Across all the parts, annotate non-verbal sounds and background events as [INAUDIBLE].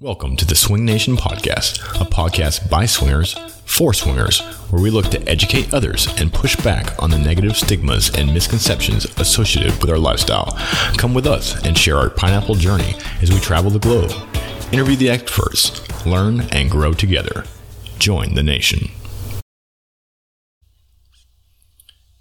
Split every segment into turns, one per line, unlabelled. Welcome to the Swing Nation Podcast, a podcast by swingers for swingers, where we look to educate others and push back on the negative stigmas and misconceptions associated with our lifestyle. Come with us and share our pineapple journey as we travel the globe, interview the experts, learn and grow together. Join the nation.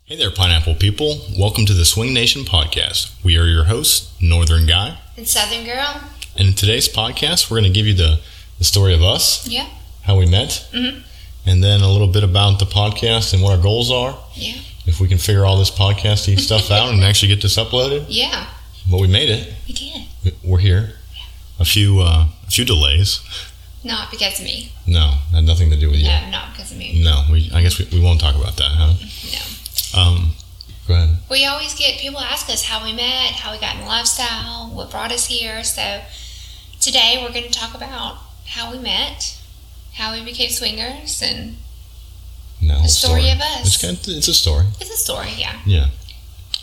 Hey there, pineapple people. Welcome to the Swing Nation Podcast. We are your hosts, Northern Guy.
And Southern Girl?
And in today's podcast, we're going to give you the, the story of us,
Yeah.
how we met,
Mhm.
and then a little bit about the podcast and what our goals are.
Yeah.
If we can figure all this podcasty stuff out and actually get this uploaded,
Yeah.
but we made it.
We did.
We- We're here. A few uh, a few delays.
Not because of me.
No, had nothing to do with you.
No, not because of me.
No, we, I guess we, we won't talk about that, huh? Um, go ahead.
We always get people ask us how we met, how we got in lifestyle, what brought us here. So today we're going to talk about how we met, how we became swingers, and
No,
the story, of us.
It's, kind of, it's a story.
It's a story, yeah.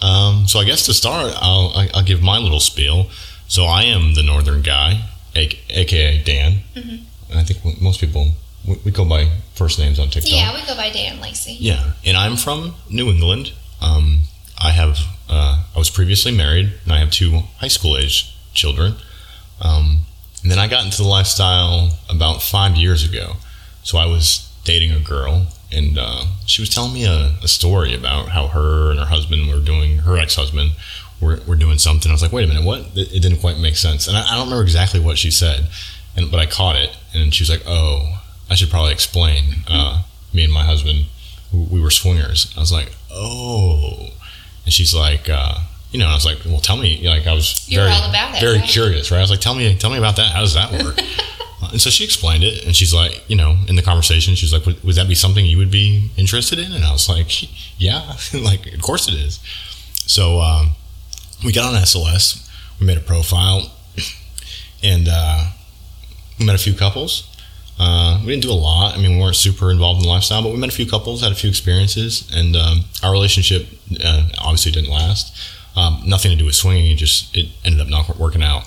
Um, so I guess to start, I'll, I- I'll give my little spiel. So I am the northern guy, a- aka Dan.
Mhm.
And I think w- most people we, we go by first names on TikTok.
Yeah, we go by Dan Lacey.
Yeah, and I'm from New England. Um, I have uh, I was previously married, and I have two high school age children. Um, and then I got into the lifestyle about five years ago. So I was dating a girl, and uh, she was telling me a, a story about how her and her husband were doing her ex husband were, were doing something. I was like, wait a minute, what? It, it didn't quite make sense, and I, I don't remember exactly what she said, and but I caught it, and she was like, oh, I should probably explain. Uh, me and my husband we were swingers. I was like, oh. And she's like, uh, you know, and I was like, well, tell me. Like, I was
You were
very,
all about it,
very
right?
curious, right? I was like, tell me, tell me about that. How does that
[LAUGHS]
work? Uh, and so she explained it, and she's like, you know, in the conversation, she's like, would, would that be something you would be interested in? And I was like, yeah, [LAUGHS] like, of course it is. So um, we got on SLS, we made a profile, and uh, we met a few couples. Uh, we didn't do a lot. I mean, we weren't super involved in the lifestyle, but we met a few couples, had a few experiences, and um, our relationship uh, obviously didn't last. Um, nothing to do with swinging; it just it ended up not working out.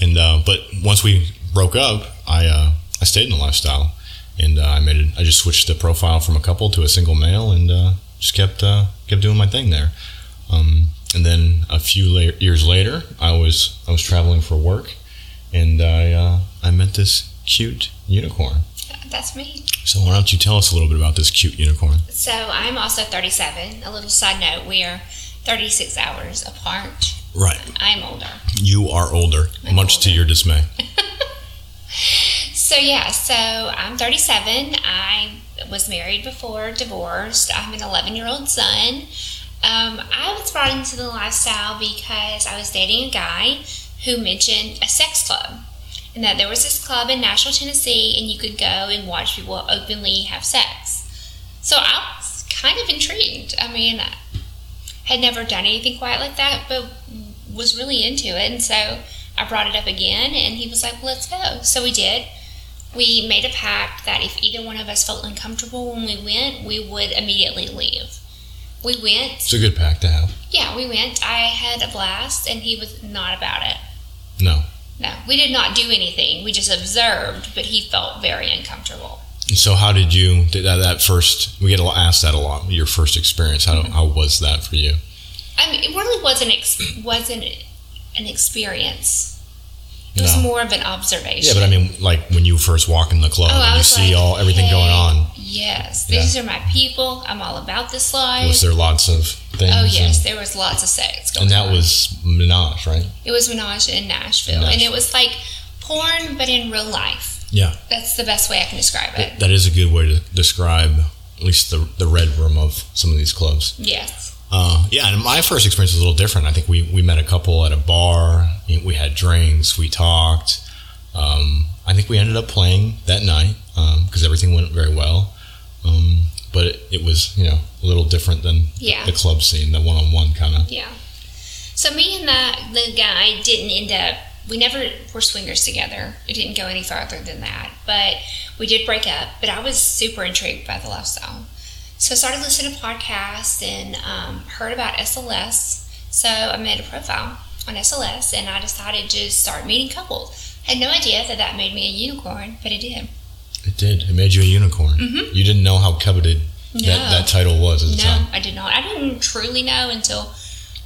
And uh, but once we broke up, I uh, I stayed in the lifestyle, and uh, I made it. I just switched the profile from a couple to a single male, and uh, just kept uh, kept doing my thing there. Um, and then a few la- years later, I was I was traveling for work, and I uh, I met this cute unicorn.
That's me.
So why don't you tell us a little bit about this cute unicorn?
So I'm also 37. A little side note, we are 36 hours apart.
Right,
I'm older.
you are older,
I'm
much to
older.
your dismay.
So yeah, so I'm 37. I was married before, divorced. I have an 11 year old son. Um, I was brought into the lifestyle because I was dating a guy who mentioned a sex club, and that there was this club in Nashville, Tennessee, and you could go and watch people openly have sex. So I was kind of intrigued. I mean, I had never done anything quite like that, but was really into it, and so. I brought it up again, and he was like, well, "Let's go." So we did we made a pact that if either one of us felt uncomfortable when we went, we would immediately leave. We went.
It's a good pack to have.
Yeah, we went. I had a blast, and he was not about it.
No,
No, we did not do anything. We just observed, but he felt very uncomfortable.
So how did you did that, that first? We get a lot- asked that a lot. Your first experience. How how was that for you?
I mean, it really wasn't ex-
[CLEARS THROAT]
wasn't an experience. It was
No.
more of an observation.
Yeah, but I mean, like when you first walk in the club
Oh, I
and you
was
see
like,
all everything going
"Hey,
on.
Yes,
Yeah.
these are my people. I'm all about this life.
Was there lots of things?
oh
and-
yes, there was lots of sex. Going
And that
on.
was Minaj, right?
It was Minaj in Nashville,
Nashville.
and it was like porn, but in real life.
Yeah.
That's the best way I can describe it.
That is a good way to describe at least the the red room of some of these clubs.
Yes.
Uh, yeah, and my first experience was a little different. I think we, we met a couple at a bar. We had drinks. We talked. Um, I think we ended up playing that night because everything went very well. Um, but it, it was you know a little different than
Yeah.
the club scene, the one on one kind of.
Yeah. So me and the the guy didn't end up. We never were swingers together. It didn't go any farther than that. But we did break up. But I was super intrigued by the lifestyle, so I started listening to podcasts and um, heard about SLS. So I made a profile on SLS, and I decided to start meeting couples. I had no idea that that made me a unicorn, but it did.
It did. It made you a unicorn.
Mhm.
You didn't know how coveted
No.
that, that title was at the
No,
time.
I did not. I didn't truly know until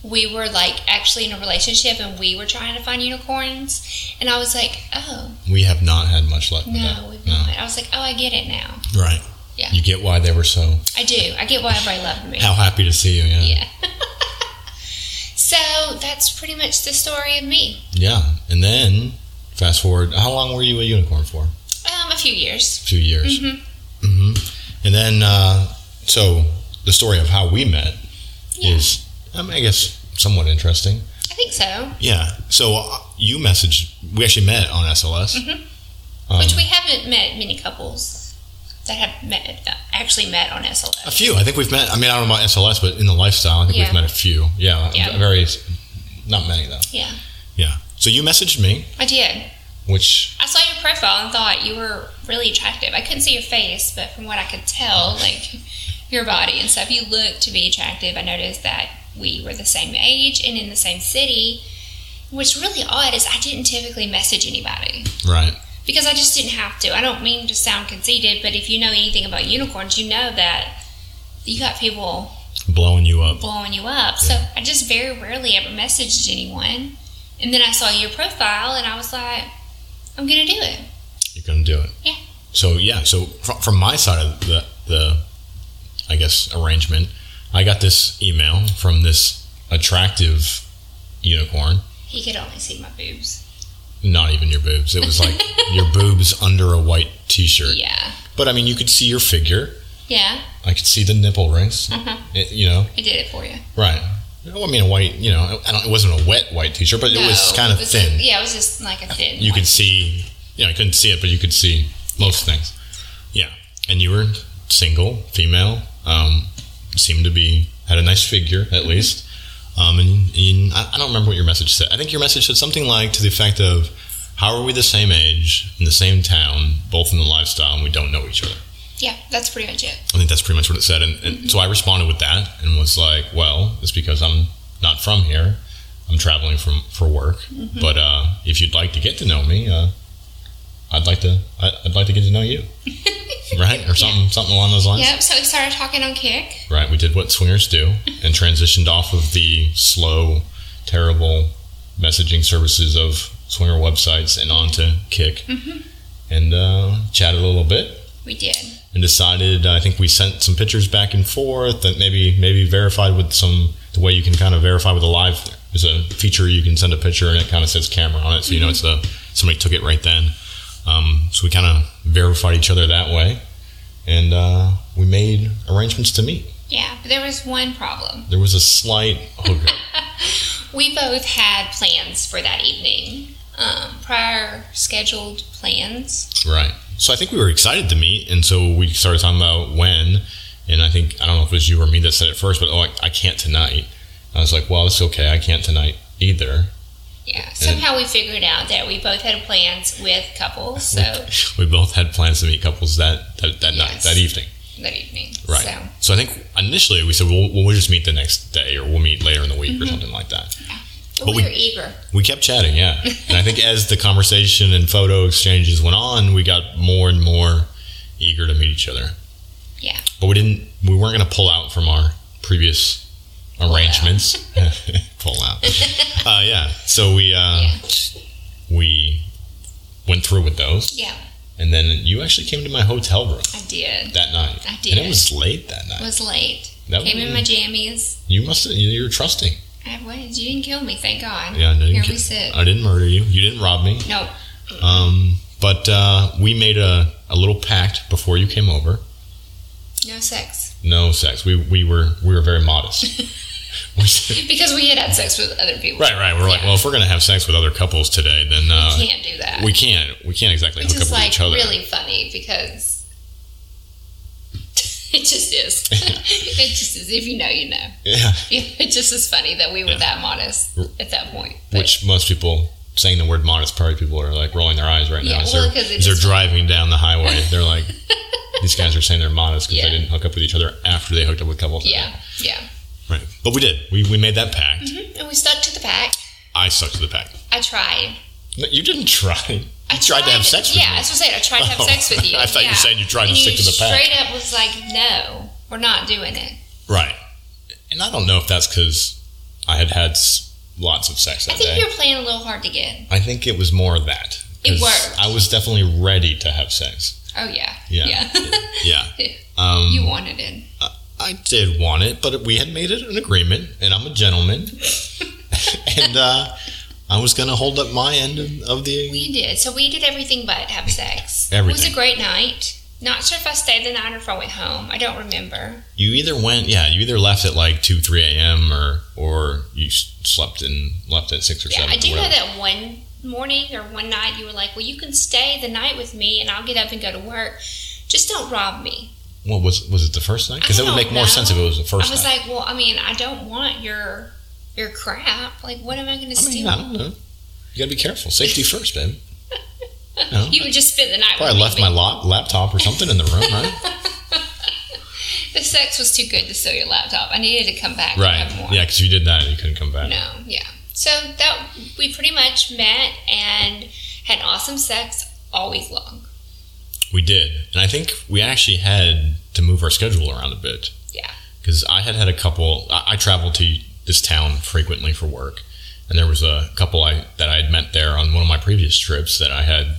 we were like actually in a relationship and we were trying to find unicorns. And I was like, oh,
We have not had much luck with that.
no, we've not. I was like, oh, I get it now.
Right.
Yeah.
You get why they were so
I do. I get why everybody loved me.
how happy to see you. Yeah.
Yeah. so that's pretty much the story of me.
Yeah. And then fast forward, how long were you a unicorn for?
Um, a few years.
A few years.
hmm
hmm And then, uh, so the story of how we met
Yeah.
is, I, mean, I guess, somewhat interesting.
I think so.
Yeah. So uh, you messaged, we actually met on SLS.
Mhm.
Um,
Which we haven't met many couples that have met actually met on SLS.
A few. I think we've met. I mean, I don't know about SLS, but in the lifestyle, I think
Yeah.
we've met a few. Yeah,
Yeah.
Very, not many though.
Yeah,
Yeah. So you messaged me,
I did.
which
I saw your profile and thought you were really attractive. I couldn't see your face, but from what I could tell, [LAUGHS] like your body and stuff, you looked to be attractive. I noticed that we were the same age and in the same city. What's really odd is I didn't typically message anybody
right?
because I just didn't have to. I don't mean to sound conceited, but if you know anything about unicorns, you know that you got people
Blowing you up.
blowing you up. So I just very rarely ever messaged anyone. And then I saw your profile and I was like, I'm going to do it.
You're gonna do it.
Yeah.
So yeah. So fr- from my side of the the, I guess arrangement, I got this email from this attractive unicorn.
He could only see my boobs.
Not even your boobs. It was
[LAUGHS]
like your boobs under a white t-shirt.
Yeah.
But I mean, you could see your figure.
Yeah.
I could see the nipple rings.
Uh-huh.
It- you know.
I did it for you.
Right. Well, I mean, a white, you know, I don't, it wasn't a wet white t-shirt, but it was
No,
kind of
it was-
thin.
Yeah, it was just like a thin.
You
one.
could see, you know, I couldn't see it, but you could see most things. Yeah. And you were single, female, um, seemed to be, had a nice figure at least. Um, and and I, I don't remember what your message said. I think your message said something like to the effect of, how are we the same age, in the same town, both in the lifestyle, and we don't know each other?
Yeah, that's pretty much it.
I think that's pretty much what it said. And, and so I responded with that and was like, well, it's because I'm not from here. I'm traveling from for work. But uh, if you'd like to get to know me, uh, I'd like to I, I'd like to get to know you, right? Or something something along those lines.
Yep. So we started talking on Kick.
Right. We did what swingers do and transitioned off of the slow, terrible messaging services of swinger websites and onto Kick, and uh, chatted a little bit
We did.
and decided I think we sent some pictures back and forth that maybe maybe verified with some the way you can kind of verify with a live there's a feature you can send a picture and it kind of says camera on it so you know it's the somebody took it right then um, so we kind of verified each other that way and uh, we made arrangements to meet
Yeah, but there was one problem.
there was a slight hookup
We both had plans for that evening, um, prior scheduled plans.
right so I think we were excited to meet and so we started talking about when and I think I don't know if it was you or me that said it first but oh I, I can't tonight I was like well it's okay I can't tonight either
Yeah. Somehow we figured out that we both had plans with couples. So
we both had plans to meet couples that that, that night
Yes.
that evening
that evening.
right
So
so. i think initially we said well, we'll we'll just meet the next day or we'll meet later in the week
Mm-hmm.
or something like that
but,
But
we
we-
were eager.
we kept chatting yeah and i think as the conversation and photo exchanges went on we got more and more eager to meet each other
Yeah.
but we didn't we weren't going to pull out from our previous arrangements [LAUGHS] pull
[LAUGHS]
out uh, yeah so we uh,
Yeah.
we went through with those
Yeah.
and then you actually came to my hotel room
I did.
that night.
I did.
And it was Oh. late that night.
It was late.
That
Came
was-
in my jammies.
you must have, you were trusting.
I was. You didn't kill me, thank God.
Yeah, I didn't,
Here
ki-
we sit.
I didn't murder you. You didn't rob me.
No,
Um, but uh, we made a, a little pact before you came over.
no sex.
No sex. We, we were we were very
[LAUGHS]
modest. We said-
Because we had had sex with other people.
right, right. We're like,
Yeah.
well, if we're gonna have sex with other couples today, then uh,
you can't do that.
we can't we can't exactly
Which
hook up
is
with
like
each other.
really funny because [LAUGHS] It just is.
[LAUGHS]
it just is. If you know, you know.
[LAUGHS]
[LAUGHS]
Yeah.
It just is funny that we were
Yeah.
that modest at that point. But
Which most people saying the word modest, probably people are like rolling their eyes right now
Yeah,
as
well,
they're,
'cause it
as they're
is-
driving down the
[LAUGHS]
highway. They're like, these guys are saying they're modest because
Yeah.
they didn't hook up with each other after they hooked up with couples.
yeah, yeah.
Right. But we did. We, we made that pact.
Mhm. And we stuck to the pack.
I stuck to the pact.
I tried.
No, you didn't try.
I
You tried, to have sex with
yeah,
me.
I was gonna say I tried to
[LAUGHS]
have
Oh.
sex with you.
I thought you were
yeah.
saying you tried to
And
stick to
you
the pack.
Straight up was like, no, we're not doing it.
Right. And I don't know if that's because I had had s- lots of sex that
I think
day.
you're playing a little hard to get.
I think it was more of that.
It
'Cause
worked.
I was definitely ready to have sex.
Oh yeah, [LAUGHS]
Yeah. Yeah. Um,
you wanted it.
I did want it, but we had made it an agreement, and I'm a gentleman. and uh, I was going to hold up my end of, of the.
We did. So we did everything but have sex. It was
Everything.
a great night. Not sure if I stayed the night or if I went home. I don't remember.
you either went, yeah, you either left at like 2, 3 a.m. or or you s- slept and left at 6 or
Yeah,
7.
I do know
whatever.
that one morning or one night you were like, "Well, you can stay the night with me, and I'll get up and go to work. Just don't rob me."
Well, was, was it the first night? Because
I
that would make
don't
more sense if it was the first
I was
night.
like, "Well, I mean, I don't want your your crap. Like, what am I going to
I mean,
steal?"
I don't know. You gotta be
[LAUGHS]
careful. Safety first, babe. No.
You would just spend the night.
Probably
with
left
me,
my
but
lap- laptop or something in the room,
[LAUGHS]
right?
The sex was too good to steal your laptop. I needed to come back. And
right.
have more.
Yeah, because you did that, you couldn't come back.
No, yeah. So that we pretty much met and had awesome sex all week long.
We did, and I think we actually had to move our schedule around a bit.
Yeah.
Because I had had a couple. I, I traveled to this town frequently for work, and there was a couple I that I had met there on one of my previous trips that I had.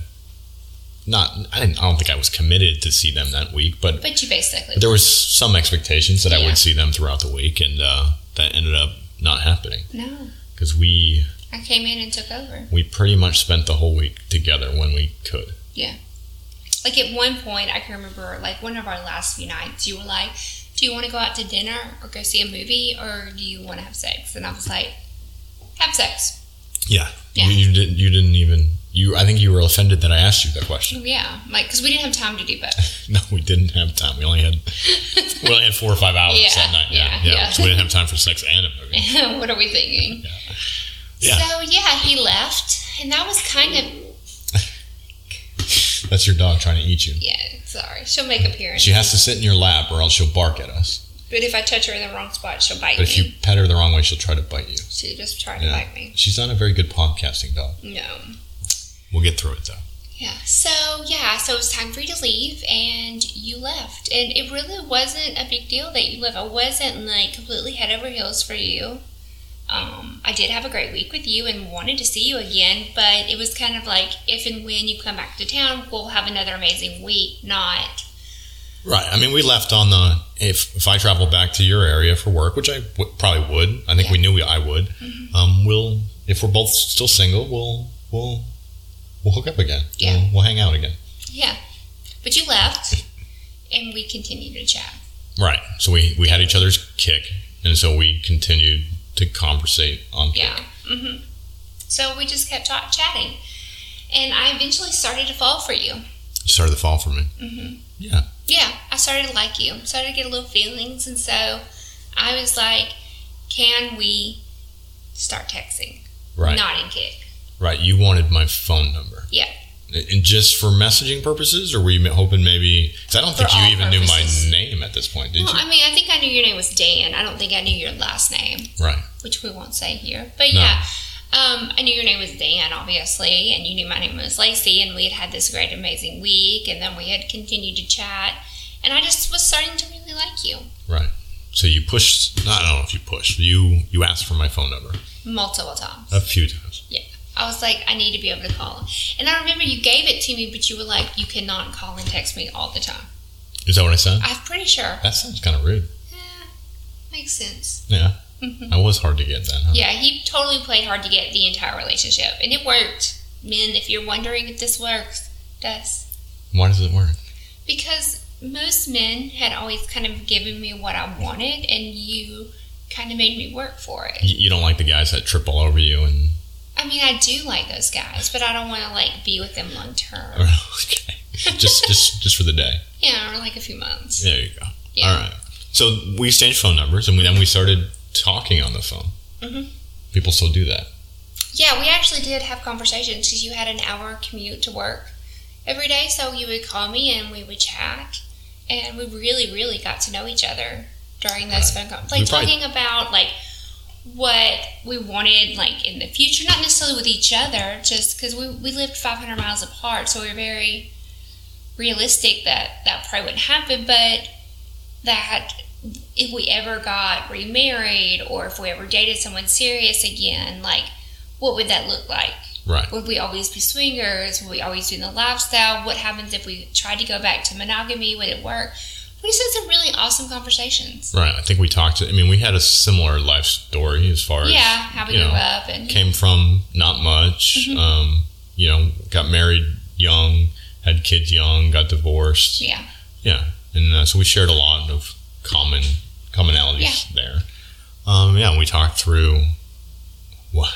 Not, I didn't. I don't think I was committed to see them that week, but
But you basically
there was some expectations that I
Yeah.
would see them throughout the week, and uh, that ended up not happening
no.
because we
I came in and took over.
we pretty much spent the whole week together when we could.
Like at one point, I can remember like one of our last few nights. You were like, "Do you want to go out to dinner or go see a movie or do you want to have sex?" And I was like, "Have sex." Yeah.
You, you didn't. You didn't even. You. I think you were offended that I asked you that question.
Yeah, like because we didn't have time to do both. [LAUGHS]
No, we didn't have time. We only had we only had four or five hours
Yeah,
that night. Yeah,
yeah,
yeah,
yeah.
So we didn't have time for sex and a movie.
what are we thinking?
Yeah.
So yeah, he left, and that was kind of
That's your dog trying to eat you.
yeah. Sorry, she'll make appearances.
She has to sit in your lap, or else she'll bark at us.
But if I touch her in the wrong spot, she'll bite
But if
me.
you pet her the wrong way, she'll try to bite you.
She just tried
Yeah.
to bite me.
She's not a very good podcasting dog.
No.
We'll get through it though.
Yeah. So yeah, so it was time for you to leave, and you left, and it really wasn't a big deal that you left. I wasn't like completely head over heels for you. Um, I did have a great week with you and wanted to see you again, but it was kind of like if and when you come back to town, we'll have another amazing week. Not
Right. I mean, we left on the if if I travel back to your area for work, which I w- probably would. I think we knew we, I would.
Mm-hmm.
Um, we'll if we're both still single, we'll we'll we'll hook up again.
Yeah.
We'll, we'll hang out again.
yeah, but you left, and we continued to chat.
Right. So we, we had each other's kick, and so we continued to conversate on kick.
Yeah. hmm So we just kept ta- chatting. And I eventually started to fall for you.
You started to fall for me.
hmm
Yeah.
Yeah, I started to like you. Started to get a little feelings. And so I was like, can we start texting?
Right.
Not in kick.
Right. You wanted my phone number.
Yeah.
And just for messaging purposes, or were you hoping maybe? Because I don't
For
think you
all
even
purposes.
knew my name at this point, did
Well,
you?
I mean, I think I knew your name was Dan. I don't think I knew your last name,
Right.
which we won't say here. But
No.
yeah. Um, I knew your name was Dan, obviously, and you knew my name was Lacey, and we had had this great, amazing week, and then we had continued to chat, and I just was starting to really like you.
So you pushed. I don't know if you pushed. You you asked for my phone number
multiple times.
a few times.
I was like, I need to be able to call. And I remember you gave it to me, but you were like, you cannot call and text me all the time.
Is that what I said?
I'm pretty sure.
That sounds kind of rude.
Eh, makes sense.
Yeah.
hmm
I was hard to get then. Huh?
Yeah, he totally played hard to get the entire relationship, and it worked. Men, if you're wondering if this works, it does
Why does it work?
because most men had always kind of given me what I wanted, and you kind of made me work for it.
You, you don't like the guys that trip all over you and. [LAUGHS]
I mean, I do like those guys, but I don't want to like be with them long term.
okay. Just just just for the day.
Yeah, or like a few months.
There you go.
Yeah.
All right. So we exchanged phone numbers, and we, then we started talking on the phone.
Mhm.
People still do that.
Yeah, we actually did have conversations because you had an hour commute to work every day. So you would call me and we would chat. And we really, really got to know each other during those phone calls. Like
We probably-
talking about like what we wanted like in the future, not necessarily with each other, just because we, we lived 500 miles apart. So we were very realistic that that probably wouldn't happen. But that if we ever got remarried or if we ever dated someone serious again, like what would that look like?
Right.
Would we always be swingers? Would we always be in the lifestyle? What happens if we tried to go back to monogamy? Would it work? We just had some really awesome conversations.
Right. I think we talked. I mean, we had a similar life story as far as
yeah, how we
you
grew
know,
up and
came from not much.
Mhm.
Um, you know, got married young, had kids young, got divorced,
yeah,
and uh, so we shared a lot of common commonalities there. Um, yeah, and we talked through what,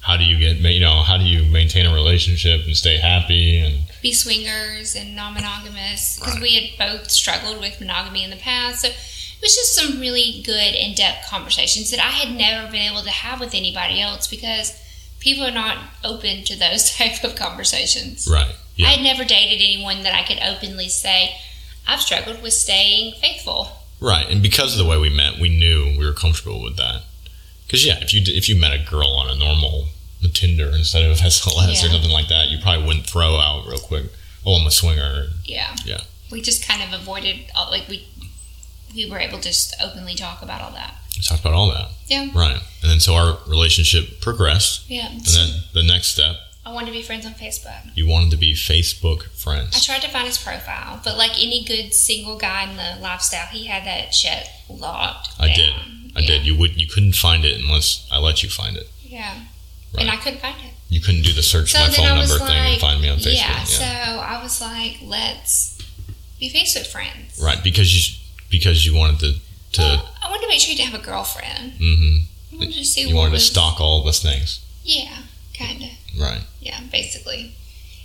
how do you get, ma- you know, how do you maintain a relationship and stay happy, and
be swingers and non-monogamous because
Right.
we had both struggled with monogamy in the past. So it was just some really good in-depth conversations that I had never been able to have with anybody else because people are not open to those [LAUGHS] type of conversations.
right, yeah,
I had never dated anyone that I could openly say, I've struggled with staying faithful.
right, and because of the way we met, we knew we were comfortable with that. Because yeah, if you d- if you met a girl on a normal Tinder instead of [LAUGHS] SLS or
Yeah.
something like that, you probably wouldn't throw out real quick. Oh, I'm a swinger.
Yeah.
Yeah.
We just kind of avoided, all, like, we we were able to just openly talk about all that.
We talked about all that.
Yeah.
Right. And then so our relationship progressed.
Yeah.
And then the next step,
I wanted to be friends on Facebook.
you wanted to be Facebook
I
friends.
tried to find his profile, but like any good single guy in the lifestyle, he had that shit locked.
I
down.
did. I
Yeah.
did. You would you couldn't find it unless I let you find it.
Yeah.
Right.
And I couldn't find it.
You couldn't do the search
So
my
then
phone
I was
number thing and
like,
find me on Facebook.
Yeah,
Yeah.
So I was like, let's be Facebook friends.
right, because you because you wanted to to
Well, I wanted to make sure you didn't have a girlfriend.
mhm.
I wanted to see
you
what
wanted to
was-
stalk all the things.
Yeah, kind of.
Right.
Yeah, basically.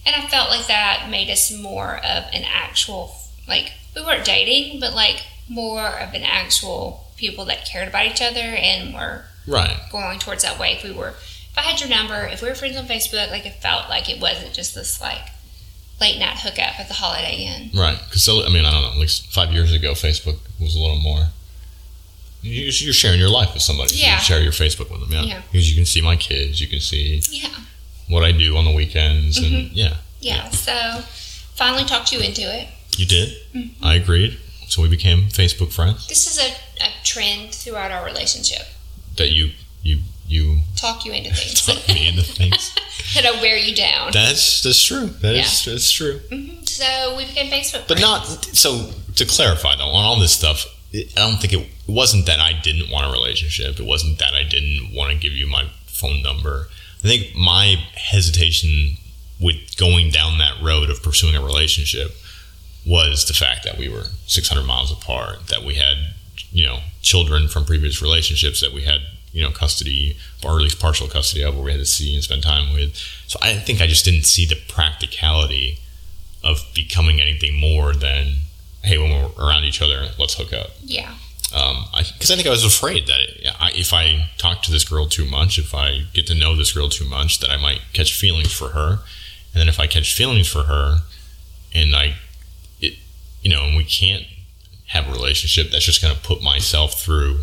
And I felt like that made us more of an actual, like, we weren't dating, but like more of an actual people that cared about each other and were
Right.
going towards that way. If we were, if I had your number, if we were friends on Facebook, like, it felt like it wasn't just this, like, late night hookup at the Holiday Inn.
Right. Cuz I mean, I don't know, at least 5 years ago Facebook was a little more you- you're sharing your life with somebody. so
Yeah.
You share your Facebook with them.
Yeah.
Because you can see my kids. You can see
Yeah.
what I do on the weekends,
Mm-hmm.
and yeah,
Yeah. So finally talked you into it.
you did. Mm-hmm. I agreed, so we became Facebook friends.
This is a, a trend throughout our relationship.
That you you you
Talk you into things.
taught me into things.
[LAUGHS] It'll wear you down.
That's that's true. That is that's true.
hmm So we became Facebook
But
friends.
not so to clarify though on all this stuff. it- I don't think it, it wasn't that I didn't want a relationship. It wasn't that I didn't want to give you my phone number. I think my hesitation with going down that road of pursuing a relationship was the fact that we were 600 miles apart, that we had, you know, children from previous relationships that we had, you know, custody or at least partial custody of, where we had to see and spend time with. So I think I just didn't see the practicality of becoming anything more than, hey, when we're around each other, let's hook up.
Yeah.
Um, I, cause I think I was afraid that I, if I talk to this girl too much, if I get to know this girl too much, that I might catch feelings for her. And then if I catch feelings for her and I, it, you know, and we can't have a relationship, that's just going to put myself through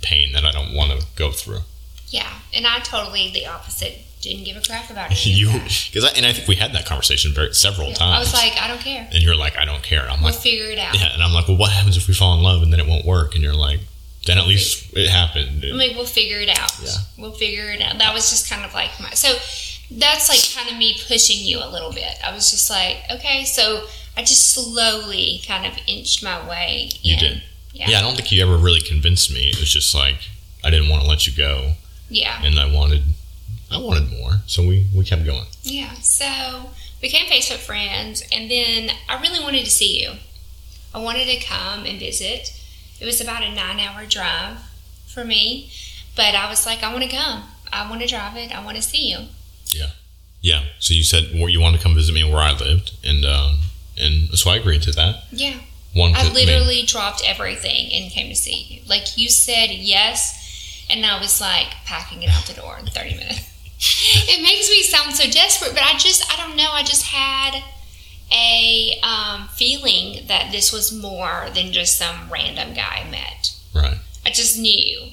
pain that I don't want to go through.
[LAUGHS] Yeah. And I totally the opposite. Didn't give a crap about it.
you, [LAUGHS] cause I, and I think we had that conversation very, several times.
I was like, I don't care.
and you're like, I don't care. I'm
We'll
like,
figure it out.
yeah. And I'm like, well, what happens if we fall in love and then it won't work? And you're like, then at least it happened.
I mean, we'll figure it out.
Yeah.
We'll figure it out. That was just kind of like my. So that's like kind of me pushing you a little bit. I was just like, okay. So I just slowly kind of inched my way.
You
in.
did.
Yeah.
Yeah, I don't think you ever really convinced me. It was just like I didn't want to let you go,
Yeah.
and I wanted, I wanted more. So we we kept going.
Yeah. So became Facebook friends, and then I really wanted to see you. I wanted to come and visit. It was about a nine-hour drive for me, but I was like, I want to come. I want to drive it. I want to see you.
Yeah. So you said well, you wanted to come visit me where uh, I lived, and um, and so I agreed to that.
Yeah.
One
I
could make-
literally dropped everything and came to see you. Like you said yes, and I was like packing it out the door in 30 minutes. [LAUGHS] it makes me sound so desperate, but I just, I don't know. I just had a um, feeling that this was more than just some random guy I met.
right.
I just knew.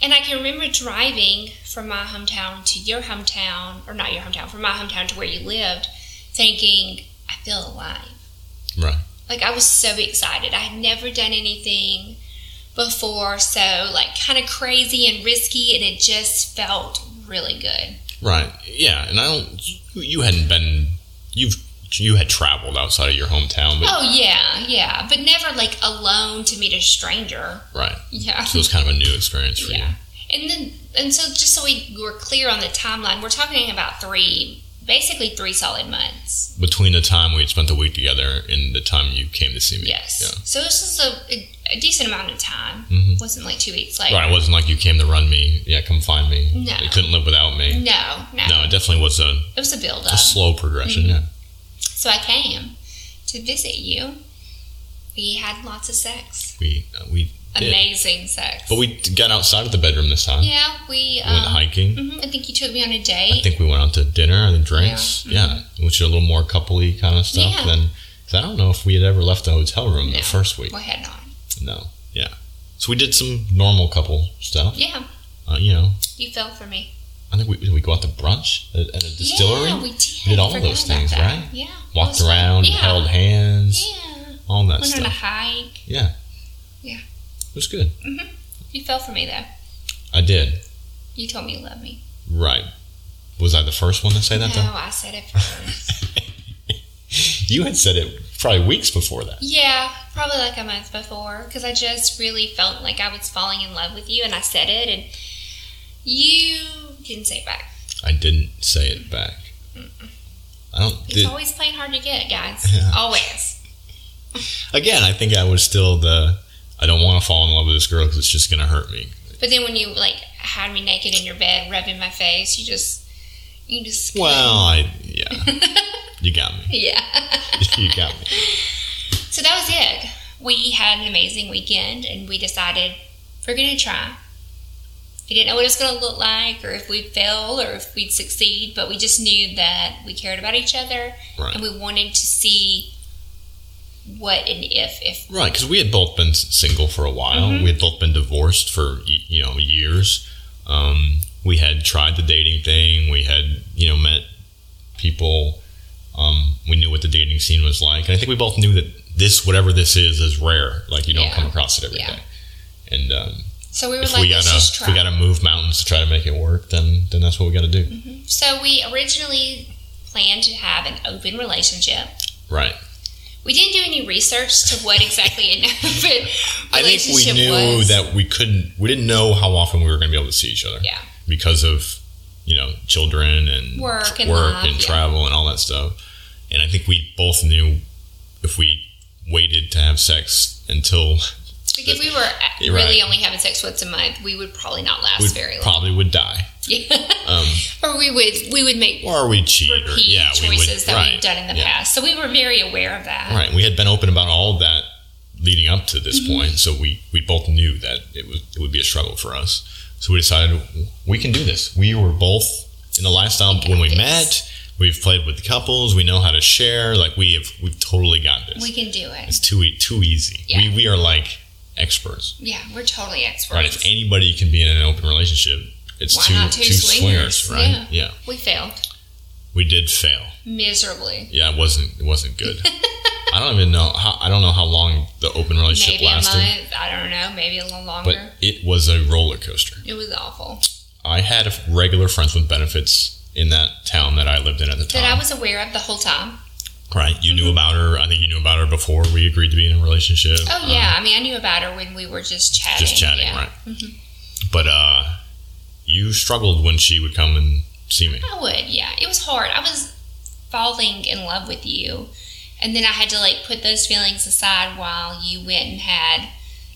And I can remember driving from my hometown to your hometown, or not your hometown, from my hometown to where you lived, thinking, I feel alive.
Right.
Like I was so excited. I had never done anything before, so like kind of crazy and risky, and it just felt really good.
Right. Yeah, and I don't. You, you hadn't been. You've you had traveled outside of your hometown, but
Oh yeah, yeah, but never like alone to meet a stranger.
right.
Yeah.
So it was kind of a new experience for
Oh. Yeah. And then, and so just so we were clear on the timeline, we're talking about three, basically three solid months.
you between the time we had spent the week together and the time you came to see me.
Yes.
Yeah.
So this is a, a, a decent amount of time.
Mhm.
Wasn't like two weeks later.
Right. It wasn't like you came to run me. Yeah, come find me.
No.
You couldn't live without me.
No, no, mm-hmm.
No, it definitely was a,
It was a build
a
up.
slow progression. Yeah.
So I came to visit you. We had lots of sex.
We uh, we did,
Amazing sex.
but we got outside of the bedroom this time.
yeah, we.
We went
Um,
hiking.
mhm, I think you took me on a
I
date.
think we went out to dinner and drinks. Yeah, which are a little more coupley kind of stuff
Mm-hmm. Yeah.
than. Because I don't know if we had ever left the hotel room the
No.
first week.
We had on.
No. Yeah. So we did some normal couple stuff.
Yeah,
Uh, you know,
you fell for me.
I think we did we go out to brunch at, at a distillery.
Yeah, we did.
We did all
I
those
forgot about
things,
that.
right?
Yeah. it
Walked
was fun.
around,
Yeah.
held hands,
Yeah.
all that
Went on a
stuff.
hike. Mm-hmm.
It was good.
You fell for me though.
I did.
You told me you loved me.
Right. Was I the first one to say that
no, I said it first.
though? [LAUGHS] You had said it probably weeks before that.
yeah, probably like a month before, because I just really felt like I was falling in love with you, and I said it, and you didn't say it back.
I didn't say it back. I don't.
He's
did-
always playing hard to get, guys.
[LAUGHS] Yeah.
Always.
again, I think I was still the I don't want to fall in love with this girl because it's just going to hurt me.
But then when you like had me naked in your bed, rubbing my face, you just, you just.
Well, I yeah, you got me.
[LAUGHS]
[LAUGHS]
yeah.
You got me.
So that was it. We had an amazing weekend, and we decided we're gonna try. We didn't know what it was gonna look like, or if we'd fail, or if we'd succeed, but we just knew that we cared about each other,
Right.
and we wanted to see what and if if
Right, because we had both been s- single for a while.
Mm-hmm.
We had both been divorced for y- you know years. Um, we had tried the dating thing. We had you know met people. Um, we knew what the dating scene was like, and I think we both knew that this whatever this is is rare. Like you don't
Yeah.
come across it every day.
Yeah.
And um,
so we were
if
like
we
let's
gotta
just
if
try. Mm-hmm.
we gotta move mountains to try to make it work, then then that's what we gotta do.
So we originally planned to have an open relationship.
Right.
We didn't do any research to what exactly
[LAUGHS]
an open relationship
I think we knew
was.
that we couldn't. We didn't know how often we were going to be able to see each other.
Yeah.
Because of you know children and
Work and
work
life,
and
yeah.
travel and all that stuff. And I think we both knew if we waited to have sex until
Like if we were uh,
You're
really
right.
only having sex once a month, we would probably not last
we
very long.
probably would die,
Yeah.
um,
[LAUGHS] or we would we would make
or we'd cheat, or
repeat
yeah, we
choices
would.
that
right.
we've done in the
yeah.
past. So we were very aware of that.
Right. We had been open about all of that leading up to this
Mm-hmm.
point, so we, we both knew that it was it would be a struggle for us. So we decided we can do this. We were both in the lifestyle when we
this.
met. We've played with couples. We know how to share. Like we have, we've totally got this.
We can do it.
it's too e- too easy.
Yeah.
We we are like experts,
Yeah, we're totally experts.
right? If anybody can be in an open relationship, it's
Why
two
not two
two swingers,
swingers?
right? yeah,
We failed
we did fail.
miserably.
Yeah, it wasn't it wasn't
[LAUGHS]
good. I don't even know how I don't know how long the open relationship
Maybe a
lasted,
month. I don't know. Maybe a little
but
longer.
it was a roller coaster.
it was awful.
I had a f- regular friends with benefits in that town that I lived in at the time.
That I was Mm-hmm. aware of the whole time.
right, you knew about her. I think you knew about her before we agreed to be in a relationship.
Oh
Um,
yeah, I mean I knew about her when we were just chatting.
just chatting,
yeah.
right? But uh, you struggled when she would come and see me.
I would, yeah. It was hard. I was falling in love with you. And then I had to like put those feelings aside while you went and had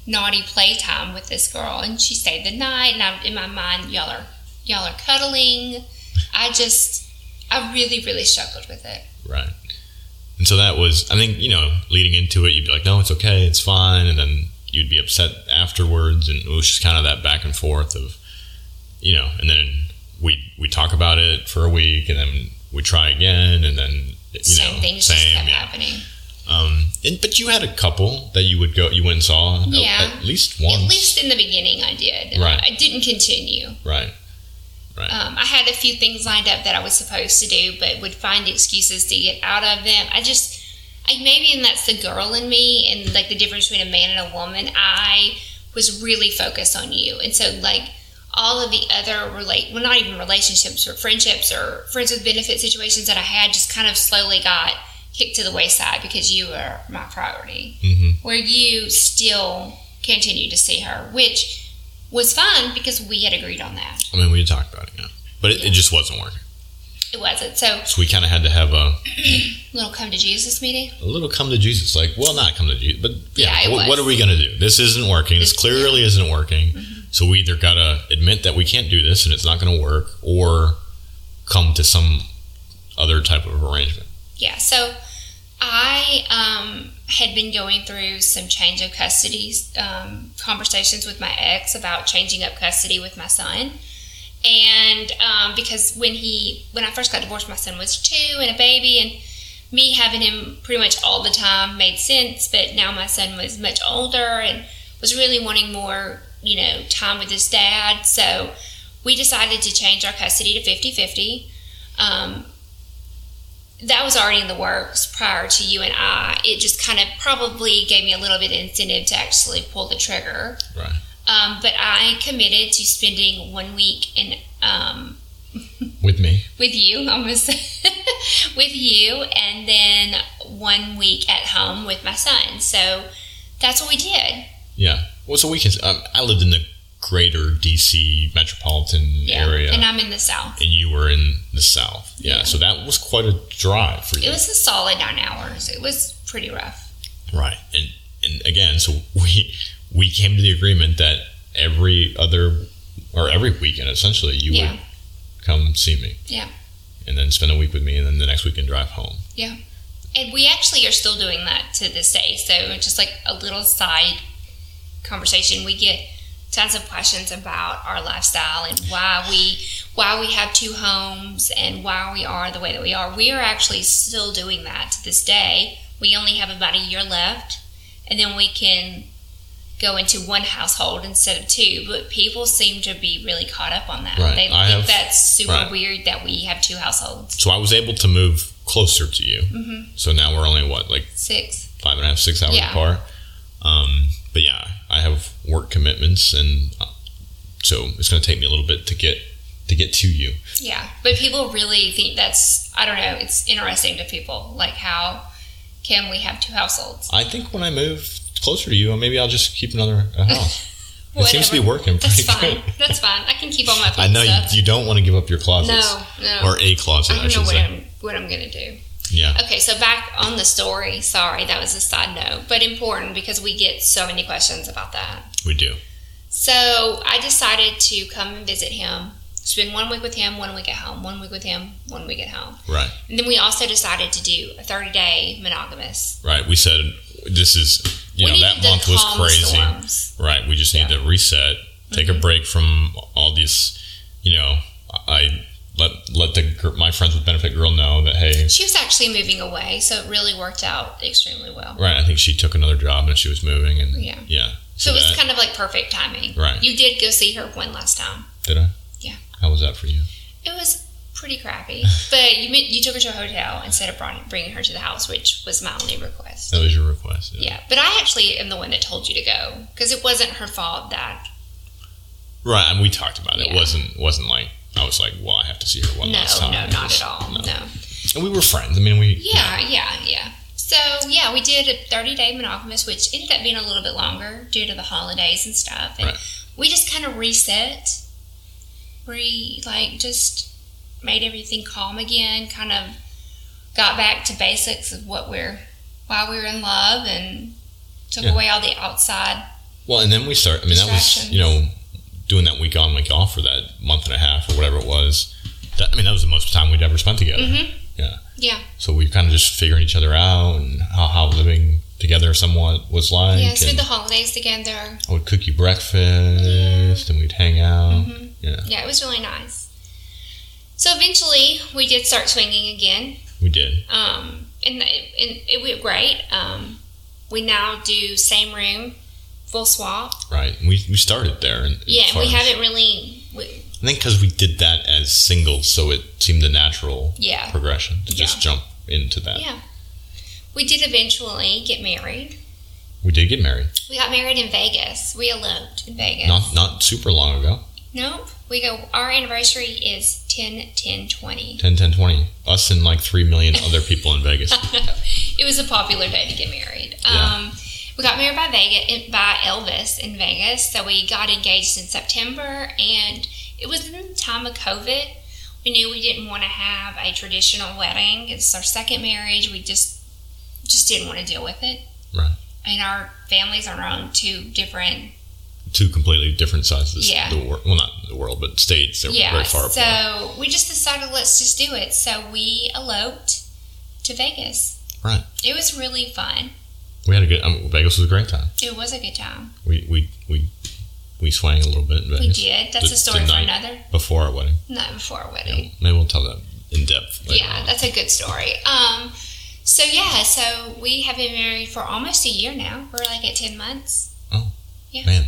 naughty playtime with this girl and she stayed the night and I'm in my mind y'all are y'all are cuddling. I just I really, really struggled with it.
Right. And so that was, I think, you know, leading into it, you'd be like, no, it's okay, it's fine. And then you'd be upset afterwards. And it was just kind of that back and forth of, you know, and then we we talk about it for a week and then we try again. And then, you
same
know,
things just kept happening.
Um, and, but you had a couple that you would go, you went and saw at-
Yeah.
at, least once.
At least in the beginning, I did.
Right.
I didn't continue.
Right.
Um, I had a few things lined up that I was supposed to do, but would find excuses to get out of them. I just, I, maybe, and that's the girl in me, and like the difference between a man and a woman. I was really focused on you, and so like all of the other relate, well, not even relationships or friendships or friends with benefit situations that I had, just kind of slowly got kicked to the wayside because you were my priority
hmm
where you still continued to see her, which was fine because we had agreed on that.
I mean, we had talked about it, yeah. But it, it just wasn't working.
It wasn't. So,
So we kind of had to have a,
[CLEARS THROAT] little come to Jesus meeting.
a little come to Jesus, like, well, not come to Jesus, but yeah,
Yeah, it
wh- what,
was.
are we going to do? This isn't working. This
This-
clearly isn't working. So we either got to admit that we can't do this and it's not going to work or come to some other type of arrangement.
Yeah. So, I um, had been going through some change of custody um, conversations with my ex about changing up custody with my son. And um, because when he, when I first got divorced, my son was two and a baby, and me having him pretty much all the time made sense. But now my son was much older and was really wanting more, you know, time with his dad. So we decided to change our custody to 50 50. Um, that was already in the works prior to you and I. It just kind of probably gave me a little bit of incentive to actually pull the trigger.
Right.
Um, but I committed to spending one week in um,
With me.
with you, [LAUGHS] almost with you, and then one week at home with my son. So that's what we did.
Yeah. Well, so we can, um, I lived in the greater DC metropolitan area.
And I'm in the south.
and you were in the south. Yeah, so that was quite a drive for you.
It was a solid nine hours. It was pretty rough.
right. And and again, so [LAUGHS] we we came to the agreement that every other or every weekend essentially you
yeah.
would come see me.
Yeah.
And then spend a week with me and then the next weekend drive home.
And we actually are still doing that to this day. So it's just like a little side conversation. We get tons of questions about our lifestyle and why we why we have two homes and why we are the way that we are. We are actually still doing that to this day. We only have about a year left and then we can go into one household instead of two. But people seem to be really caught up on that.
Right.
They
I
think
have-
that's super
right.
weird that we have two households.
So I was able to move closer to you.
Mhm.
So now we're only what, like
Six.
five and a half, six hours
Yeah.
apart. Um, but yeah, I have work commitments and uh, so it's gonna take me a little bit to get to get to you.
Yeah, but people really think that's I don't know. It's interesting to people like how can we have two households?
I think when I move closer to you, maybe I'll just keep another a
[LAUGHS]
house. it seems to be
Whatever.
working pretty [LAUGHS]
That's fine.
good.
That's fine. I can keep all my.
I know you,
stuff.
you don't want to give up your closets
No, no.
or a closet, I,
I don't know
should
what
say.
I'm what I'm gonna do.
Yeah,
Okay, so back on the story. Sorry, that was a side note, but important because we get so many questions about that.
we do.
So I decided to come and visit him. Spend one week with him, one week at home, one week with him, one week at home.
Right,
And then we also decided to do a 30 day monogamous.
right. We said this is you
we
know that
needed to
month was
calm
crazy.
storms.
Right, we just need to reset, take
Mm-hmm.
a break from all these. You know, I let let the gr- my friends with benefit girl know that hey,
She was actually moving away, so it really worked out extremely well.
right. I think she took another job and she was moving and
Yeah.
yeah.
So it was
that-
kind of like perfect timing.
Right.
You did go see her one last time.
did I?
Yeah.
How was that for you?
It was pretty
[LAUGHS]
crappy, but you meant- you took her to a hotel instead of brought- bringing her to the house, which was my only request.
That was your request.
Yeah, but I actually am the one that told you to go because it wasn't her fault that
Right, and we talked about it.
Yeah.
It wasn't wasn't like I was like, well, I have to see her one
no,
last time.
no, not at all,
No.
no.
And we were friends. I mean, we
Yeah, yeah, yeah. So yeah, we did a 30 day monogamous, which ended up being a little bit longer due to the holidays and stuff. And
Right.
we just kind of reset, re like just made everything calm again. Kind of got back to basics of what we're why we were in love and took
Yeah.
away all the outside.
Well, and then we start. I mean, that was
Distractions.
you know doing that week on week off for that month and a half or whatever it was. That, I mean, that was the most time we'd ever spent together.
Mhm.
Yeah,
Yeah.
So we kind of just figuring each other out and how, how living together somewhat was like.
yeah. Spend
and
the holidays together.
I would cook you breakfast and we'd hang out.
hmm
Yeah,
Yeah, it was really nice. So eventually, we did start swinging again,
we did.
um, and, it, and it went great. Um, we now do same room, full swap.
Right. And we, we started there. And
Yeah, and we
as-
haven't really. We,
I think because we did that as singles, so it seemed a natural
yeah,
progression to just
Yeah.
jump into that.
yeah. We did eventually get married.
We did get married.
We got married in Vegas. We eloped in Vegas.
Not not super long ago.
Nope. We go. Our anniversary is 10, 10, 20.
10, 10, 20. Us and like 3 million other people in Vegas.
[LAUGHS] it was a popular day to get married.
Yeah.
Um, we got married by Vegas by Elvis in Vegas. So we got engaged in September, and it was in the time of COVID. We knew we didn't want to have a traditional wedding. It's our second marriage. We just just didn't want to deal with it.
Right.
I mean, our families are on two different.
Two completely different sides of
Yeah.
the world. Well, not the world, but states. They're
yeah.
very far
so
apart.
we just decided let's just do it. So we eloped to Vegas.
Right.
It was really fun.
We had a good, I mean, Vegas was a great time.
It was a good time.
We, we, we, we swang a little bit in
We
Vegas
did. That's
The-
a story for
tonight.
another
before our wedding.
Not before a
Yeah,
wedding.
maybe we'll tell that in depth later.
Yeah,
on.
that's a good story. Um, so yeah, so we have been married for almost a year now. We're like at ten months. [LAUGHS]
Man,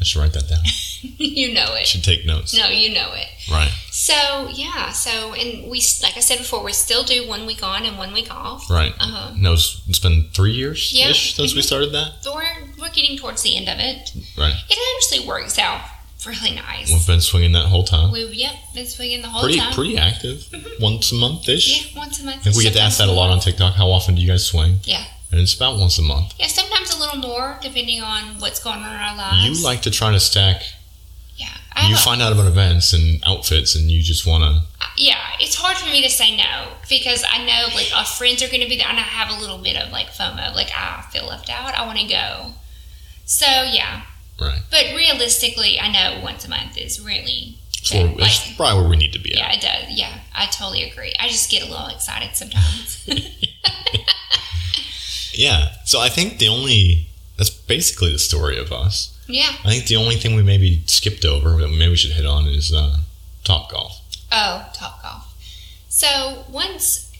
I should write that down. I
you know it.
should take notes.
No, you know it.
Right,
So yeah, so and we like I said before, we still do one week on and one week off.
right.
Uh-huh.
No, it's, it's been three years
Yeah.
ish since we
Mhm.
started that.
So we're we're getting towards the end of it.
Right.
It actually works out really nice.
We've been swinging that whole time.
We've yep been swinging the whole
pretty
time.
pretty active,
[LAUGHS]
once a month ish.
yeah, once a
I
month.
think we get to ask that a lot on TikTok. How often do you guys swing?
Yeah.
And it's about once a month.
Yeah, sometimes a little more depending on what's going on in our
You
lives.
like to try to stack.
yeah. I have
You
a-
find out about events and outfits, and you just want to.
yeah, it's hard for me to say no because I know like our friends are going to be there, and I have a little bit of like FOMO. Like I feel left out. I want to go. So yeah,
Right.
but realistically, I know once a month is really
It's,
Yeah,
where, it's
like-
probably where we need to be at.
yeah. it does yeah. I totally agree. I just get a little excited
[LAUGHS]
sometimes.
Yeah. So I think the only. That's basically the story of us.
yeah.
I think the only thing we maybe skipped over that maybe we should hit on is uh, Top Golf.
Oh, Top Golf. So once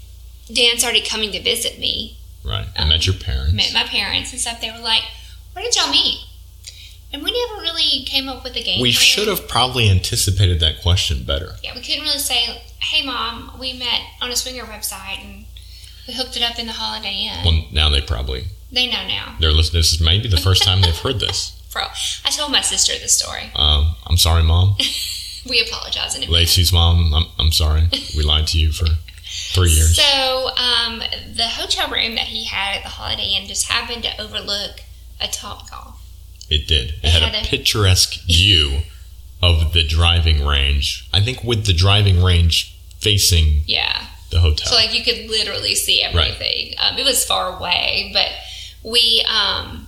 Dan started coming to visit me,
Right. I met your parents.
Oh. met my parents and stuff. They were like, "Where did y'all meet?" And we never really came up with a game.
we
plan.
should have probably anticipated that question better.
Yeah, we couldn't really say, "Hey, mom, we met on a swinger website and we hooked it up in the Holiday Inn."
Well, now they probably
they know now.
they're listening. This is maybe the first time they've heard this.
Bro, I told my sister the story.
Um, I'm sorry,
[LAUGHS]
mom.
We apologize in advance.
Lacey's mom. I'm, I'm sorry. We lied to you for three years.
So, um, the hotel room that he had at the Holiday Inn just happened to overlook a Top Golf.
It did. It had a picturesque view of the driving range. I think with the driving range facing
Yeah.
the
So
hotel.
like you could literally see
Oh. Right.
everything. Um, it was far away, but we um,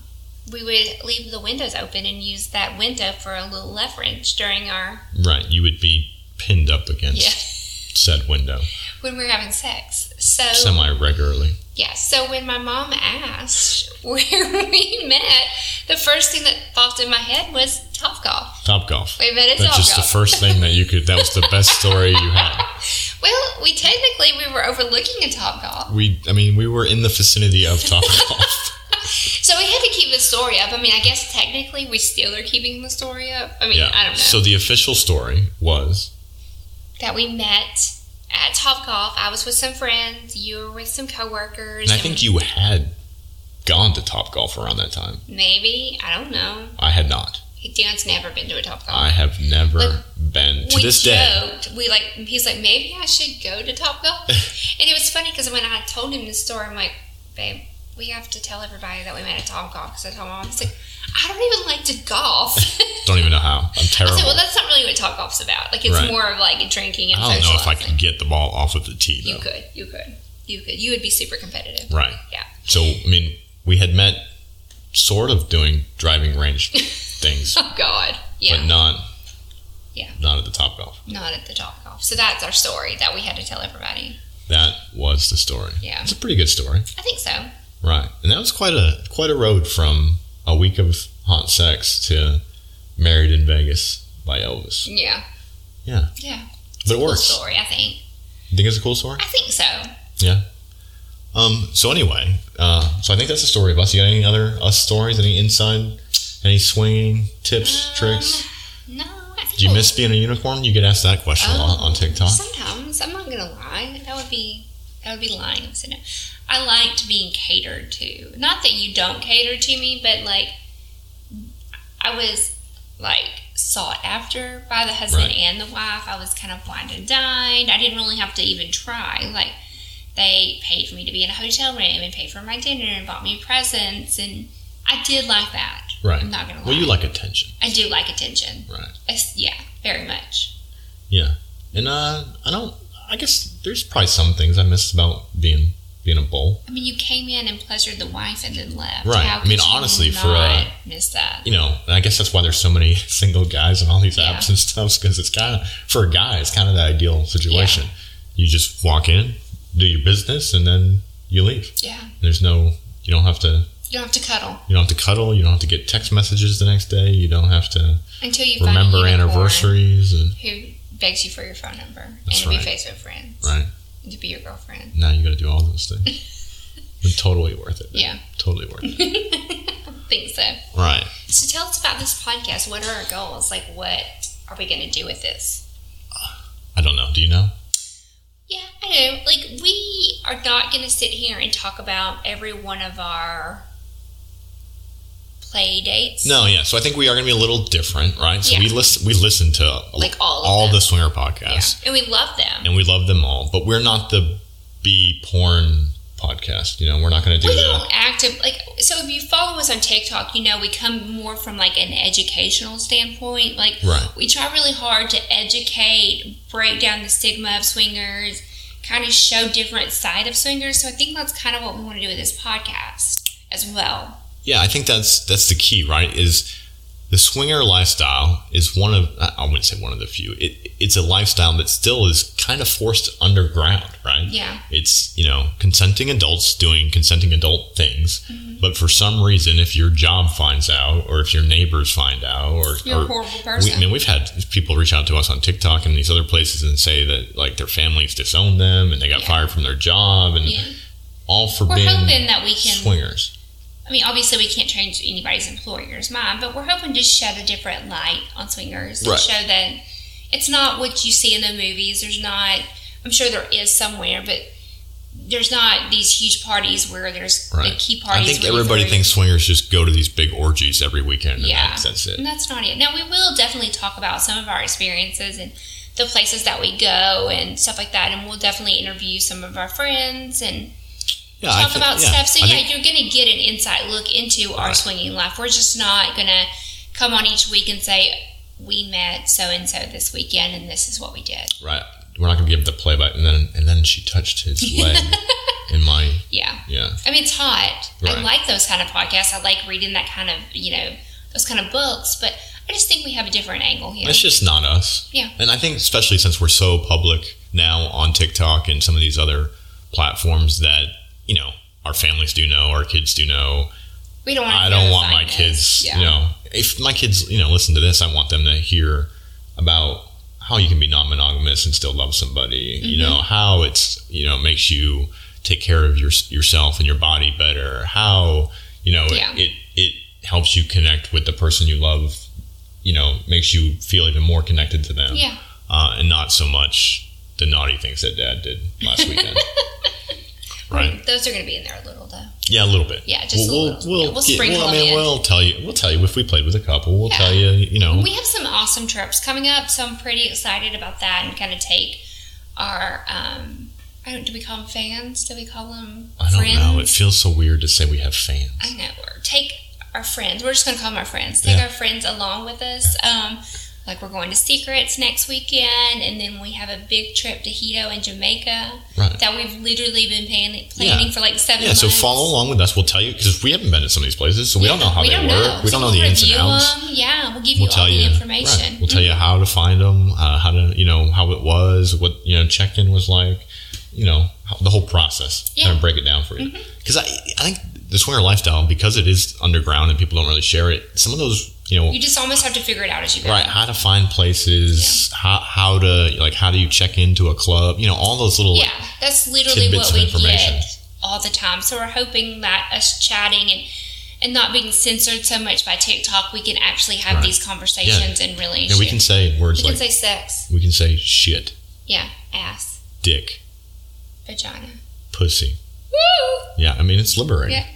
we would leave the windows open and use that window for a little leverage during our [LAUGHS]
Right. You would be pinned up against
yeah
said window
when we were having sex. So
semi regularly.
yeah, so when my mom asked [LAUGHS] where we met, the first thing that popped in my head was Topgolf.
Top golf.
We met at
That's just the
Topgolf.
first thing that you could. That was the best story you had.
[LAUGHS] well, we technically we were overlooking a Topgolf.
We, I mean, we were in the vicinity of
[LAUGHS]
Top Golf.
So we had to keep the story up. I mean, I guess technically we still are keeping the story up. I mean,
yeah.
I don't know.
So the official story was
that we met at Top Golf. I was with some friends. You were with some coworkers.
And I think you had gone to Top Golf around that time.
maybe I don't know.
I had not.
Dan's never been to a Top Golf.
I have never
Look,
been to
we
this day.
joked. We like. He's like, maybe I should go to
[LAUGHS]
Top Golf. and it was funny because when I told him the story, I'm like, babe, we have to tell everybody that we met at Top Golf. Because I told my mom, I was like, I don't even like to golf. [LAUGHS]
Don't even know how. I'm
I
terrible.
said, well, that's not really what Top Golf's about. Like, it's
Right.
more of like drinking and.
I don't know if I
socializing."
can get the ball off of the tee
You
though.
could. You could. You could. You would be super competitive.
Right.
Yeah.
So I mean, we had met sort of doing driving range
[LAUGHS]
things,
Oh God. Yeah.
but not
Yeah.
not at the Top Golf.
Not at the Top Golf. So that's our story that we had to tell everybody.
That was the story.
Yeah.
It's a pretty good story.
I think so.
Right. And that was quite a quite a road from a week of hot sex to Married in Vegas by Elvis.
Yeah.
Yeah.
Yeah.
But it
Cool
works.
story, I think.
You think it's a cool story?
I think so.
Um, so anyway, uh, so I think that's the story of us. You got any other us stories? Any inside? Any swinging tips,
Um, oh.
tricks?
No, I think
Do you
we'll-
miss being a unicorn? You get asked that question a lot
Oh,
on TikTok.
Sometimes I'm not gonna lie. That would be that would be lying. if I said no. I liked being catered to. Not that you don't cater to me, but like I was like sought after by the husband
Right.
and the wife. I was kind of blind and dined. I didn't really have to even try. Like they paid for me to be in a hotel room and paid for my dinner and bought me presents and I did like that.
Right.
I'm not gonna lie.
Well, you like attention,
I do like attention.
right?
It's- yeah, very much.
And uh, I don't. I guess there's probably some things I miss about being being a bull.
I mean, you came in and pleasured the wife and then left.
Right.
How
I mean,
could you
honestly, for,
not miss that.
You know, and I guess that's why there's so many [LAUGHS] single guys and all these
Yeah.
apps and stuff because it's kind of for a guy, it's kind of the ideal situation. You just walk in, do your business, and then you leave.
Yeah,
There's no. You don't have to.
you don't have to cuddle
You don't have to cuddle. You don't have to get text messages the next day. You don't have to
until you
remember
find a unicorn
anniversaries and
who begs you for your phone number
That's
and to
right.
be Facebook friends,
Right.
and To be your girlfriend.
now you got to do all those things.
[LAUGHS]
But totally worth it.
Yeah.
Totally worth it.
think so.
Right.
So tell us about this podcast. What are our goals? Like, what are we going to do with this?
I don't know. Do you know?
Yeah, I know. Like, we are not going to sit here and talk about every one of our play dates.
No, yeah. So I think we are going to be a little different, right? So we
Yeah.
listen, we listen to
Like all of
all
them.
the swinger
Yeah.
podcasts,
And we love them.
and we love them all. But we're not the B porn podcast. You know, we're not going to do
we
the
don't active like so if you follow us on tiktok you know we come more from like an educational standpoint like
right.
we try really hard to educate break down the stigma of swingers kind of show different side of swingers so i think that's kind of what we want to do with this podcast as well
Yeah, I think that's that's the key, right? Is the swinger lifestyle is one of I I wouldn't say one of the few. It it's a lifestyle that still is kind of forced underground, right?
yeah
it's you know consenting adults doing consenting adult things
Mm-hmm.
but for some reason if your job finds out or if your neighbors find out or,
you're
or
a horrible
we,
person
i mean we've had people reach out to us on tiktok and these other places and say that like their families disowned them and they got
Yeah.
fired from their job and
yeah.
all for
we're hoping
being
that we can
swingers
i mean obviously we can't change anybody's employer's mind but we're hoping to shed a different light on swingers
Right.
and show that it's not what you see in the movies there's not i'm sure there is somewhere but there's not these huge parties where there's
Right.
the key
i
parties
think
where you
everybody
throw-
thinks swingers just go to these big orgies every weekend and
Yeah.
that's, that's it
and that's not it now we will definitely talk about some of our experiences and the places that we go and stuff like that and we'll definitely interview some of our friends and
yeah, I
talk
think-
about
yeah,
stuff. So
I
yeah,
think-
you're gonna get an inside look into our
Right.
swinging life. We're just not gonna come on each week and say we met so and so this weekend and this is what we did.
right we're not gonna give the play by and then and then she touched
[LAUGHS]
his leg in my
Yeah,
yeah
I mean it's hot. I
Right.
like those kind of podcasts. I like reading that kind of you know those kind of books, but I just think we have a different angle here.
It's just not us.
Yeah.
And I think especially since we're so public now on TikTok and some of these other platforms that, you know, our families do know, our kids do know.
We don't. want.
I don't want my kids,
Yeah.
you know, if my kids, you know, listen to this, I want them to hear about how you can be non-monogamous and still love somebody,
Mm-hmm.
you know, how it's, you know, makes you take care of your, yourself and your body better, how, you know,
Yeah.
it, it, it helps you connect with the person you love, you know, makes you feel even more connected to them
Yeah.
uh, and not so much the naughty things that dad did last
[LAUGHS]
weekend. right?
Those are going to be in there a little though.
Yeah, a little bit.
Yeah,
we'll,
just a little.
We'll,
Yeah,
we'll,
we'll
get-
sprinkle
well, I
them
mean,
in.
we'll tell you. We'll tell you if we played with a couple. We'll
Yeah.
tell you. You know,
We have some awesome trips coming up, so I'm pretty excited about that and kind of take our. Um, I don't. Do we call them fans? Do we call them
I don't
friends?
know. It feels so weird to say we have fans.
I know. Or take our friends. We're just gonna call them our friends. Take
Yeah.
our friends along with us. Um, like we're going to Secrets next weekend, and then we have a big trip to Hito in Jamaica
Right.
that we've literally been planning, planning for like seven.
Yeah,
months.
so follow along with us. We'll tell you because we haven't been to some of these places, so we don't know how
we
they
don't
work.
Know.
We
So
don't know
we'll
the ins and
review
outs.
'em. Yeah, we'll give you
We'll
all
tell
the
you.
information. Mm-hmm.
Right. We'll tell you how to find them, uh, how to you know how it was, what you know check in was like, you know how- the whole process
Yeah. Mm-hmm.
kind of break it down for you because I, I think the swinger lifestyle because it is underground and people don't really share it some of those you know
You just almost have to figure it out as you go.
right how to find places how, how to like how do you check into a club you know all those little
Yeah, that's literally
tidbits
what
of
we
information.
get all the time. So we're hoping that us chatting and and not being censored so much by TikTok, we can actually have
Right.
these conversations and really.
and we can say words
we can
like
say sex,
we can say shit
yeah, ass,
dick
vagina,
pussy
woo,
yeah i mean it's liberating
Yeah.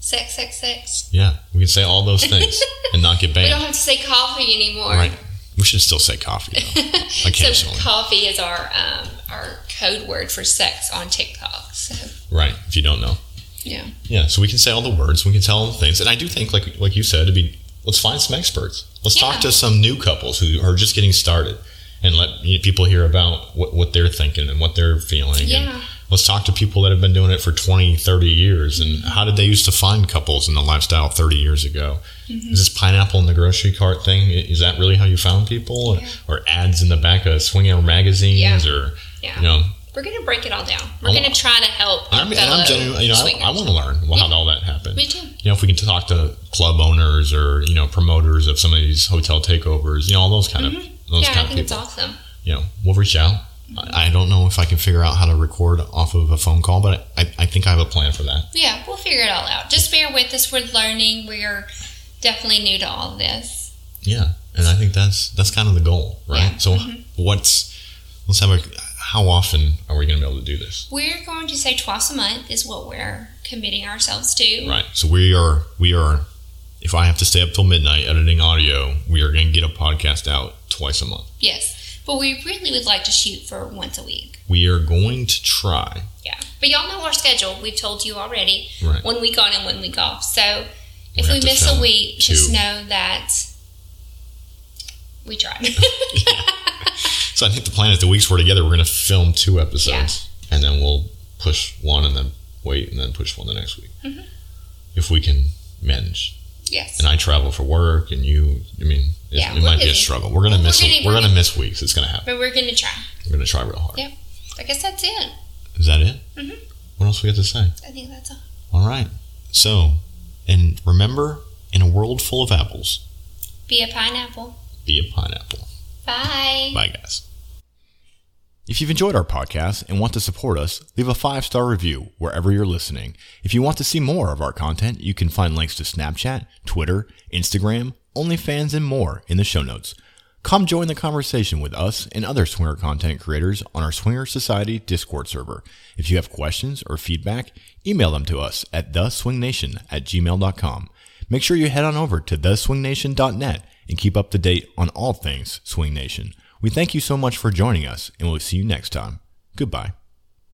sex, sex, sex.
yeah we can say all those
[LAUGHS]
things and not get
We don't
banned
have to say coffee anymore. [LAUGHS]
right we should still say coffee though
so
Occasionally.
coffee is our um, our code word for sex on TikTok. So
Right. If you don't know.
Yeah.
Yeah. So we can say all the words. We can tell them things. And I do think, like like you said, to be let's find some experts. Let's
Yeah.
talk to some new couples who are just getting started, and let you know, people hear about what, what they're thinking and what they're feeling. And
yeah,
let's talk to people that have been doing it for 20, 30 years, and how did they used to find couples in the lifestyle thirty years ago?
Mm-hmm.
Is this pineapple in the grocery cart thing? i- Is that really how you found people,
Yeah.
or, or ads in the back of swinger magazines, or
yeah.
you know?
We're gonna break it all down. We're
I'm-
gonna try to help.
I'm, and I'm
fellow
genuine. You know, I,
swingers.
I want to learn well, how all that happened.
Me too.
you know, if we can talk to club owners or you know promoters of some of these hotel takeovers, you know, all those kind of those
Mm-hmm. Yeah, I
kind
think
of
it's Mm-hmm.
people.
awesome.
You know, we'll reach out. I I don't know if I can figure out how to record off of a phone call, but I, I think I have a plan for that.
Yeah, we'll figure it all out. Just bear with us. We're learning. We're definitely new to all this.
Yeah, and I think that's that's kind of the goal, right?
Yeah. Mm-hmm.
So what's let's have a how often are we going to be able to do this?
We're going to say twice a month is what we're committing ourselves to.
Right. So we are we are if I have to stay up till midnight editing audio, we are going to get a podcast out twice a month.
Yes, but we really would like to shoot for once a week.
We are going to try
Yeah, but y'all know our schedule. We've told you already.
Right.
One week on and one week off. So
We
if
have
we
to
miss a
film
week, just
two.
know that
[LAUGHS]
we tried. [LAUGHS]
So I think the plan, if the weeks were together, we're going to film two episodes, and then we'll push one, and then wait, and then push one the next week,
Mhm.
if we can manage.
yes.
And I travel for work, and you, I mean, it,
Yeah,
it
we're
might be a
busy.
struggle. We're going to
We're
miss,
gonna-
we're
we're
going to miss weeks. It's going to happen.
But we're going to try.
We're going to try real hard.
Yeah. I guess that's it.
Is that it?
Mhm.
What else we got to say?
I think that's all.
All right. So, and remember, in a world full of apples,
Be a pineapple.
be a pineapple.
Bye.
Bye, guys. If you've enjoyed our podcast and want to support us, leave a five star review wherever you're listening. If you want to see more of our content, you can find links to Snapchat, Twitter, Instagram, OnlyFans, and more in the show notes. Come join the conversation with us and other swinger content creators on our Swinger Society Discord server. If you have questions or feedback, email them to us at theswingnation at gmail.com. Make sure you head on over to theswingnation.net and keep up to date on all things Swing Nation. We thank you so much for joining us, and we'll see you next time. Goodbye.